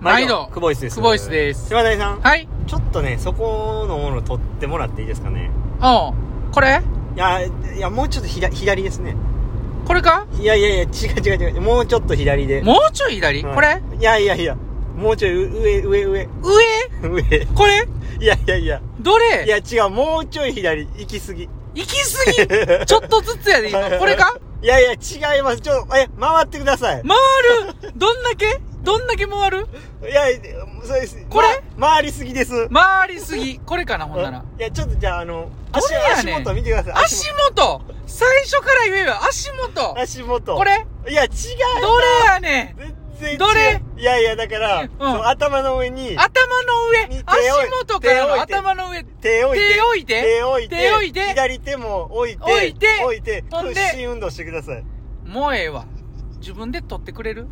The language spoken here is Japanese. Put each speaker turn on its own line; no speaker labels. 毎度
クボイスです
クボイスです
島谷さん
はい
ちょっとねそこのもの取ってもらっていいですかね
おうこれ
いやいやもうちょっと左左ですね
これか
いやいやいや違う違う違うもうちょっと左で
もうちょい左、
はい
これ
いやいやいやもうちょい上上
上
上上
これ
いやいやいや
どれ
いや違うもうちょい左行き過ぎ
行き過 ぎちょっとずつやで今これか
いやいや違いますちょっとえ回ってください
回るどんだけどんだけ回る
いやそうです
これ
ま回りすぎです
回りすぎこれかなほんなら
いやちょっとじゃああの
ど
足
れや
足
ねん
元見てください
足元最初から言えば足元
足元
これ
いや違う
どれやね
全然違う
どれ
いやいやだから、
うん
その頭の上に
ん頭の上
に手を
足元からの
手を
頭の上
手を置いて
手を置いて
手を置いて
手を置いて
左手も置いて
置いて
置いて
ほんで
屈伸運動してください
もうええわ自分で取ってくれる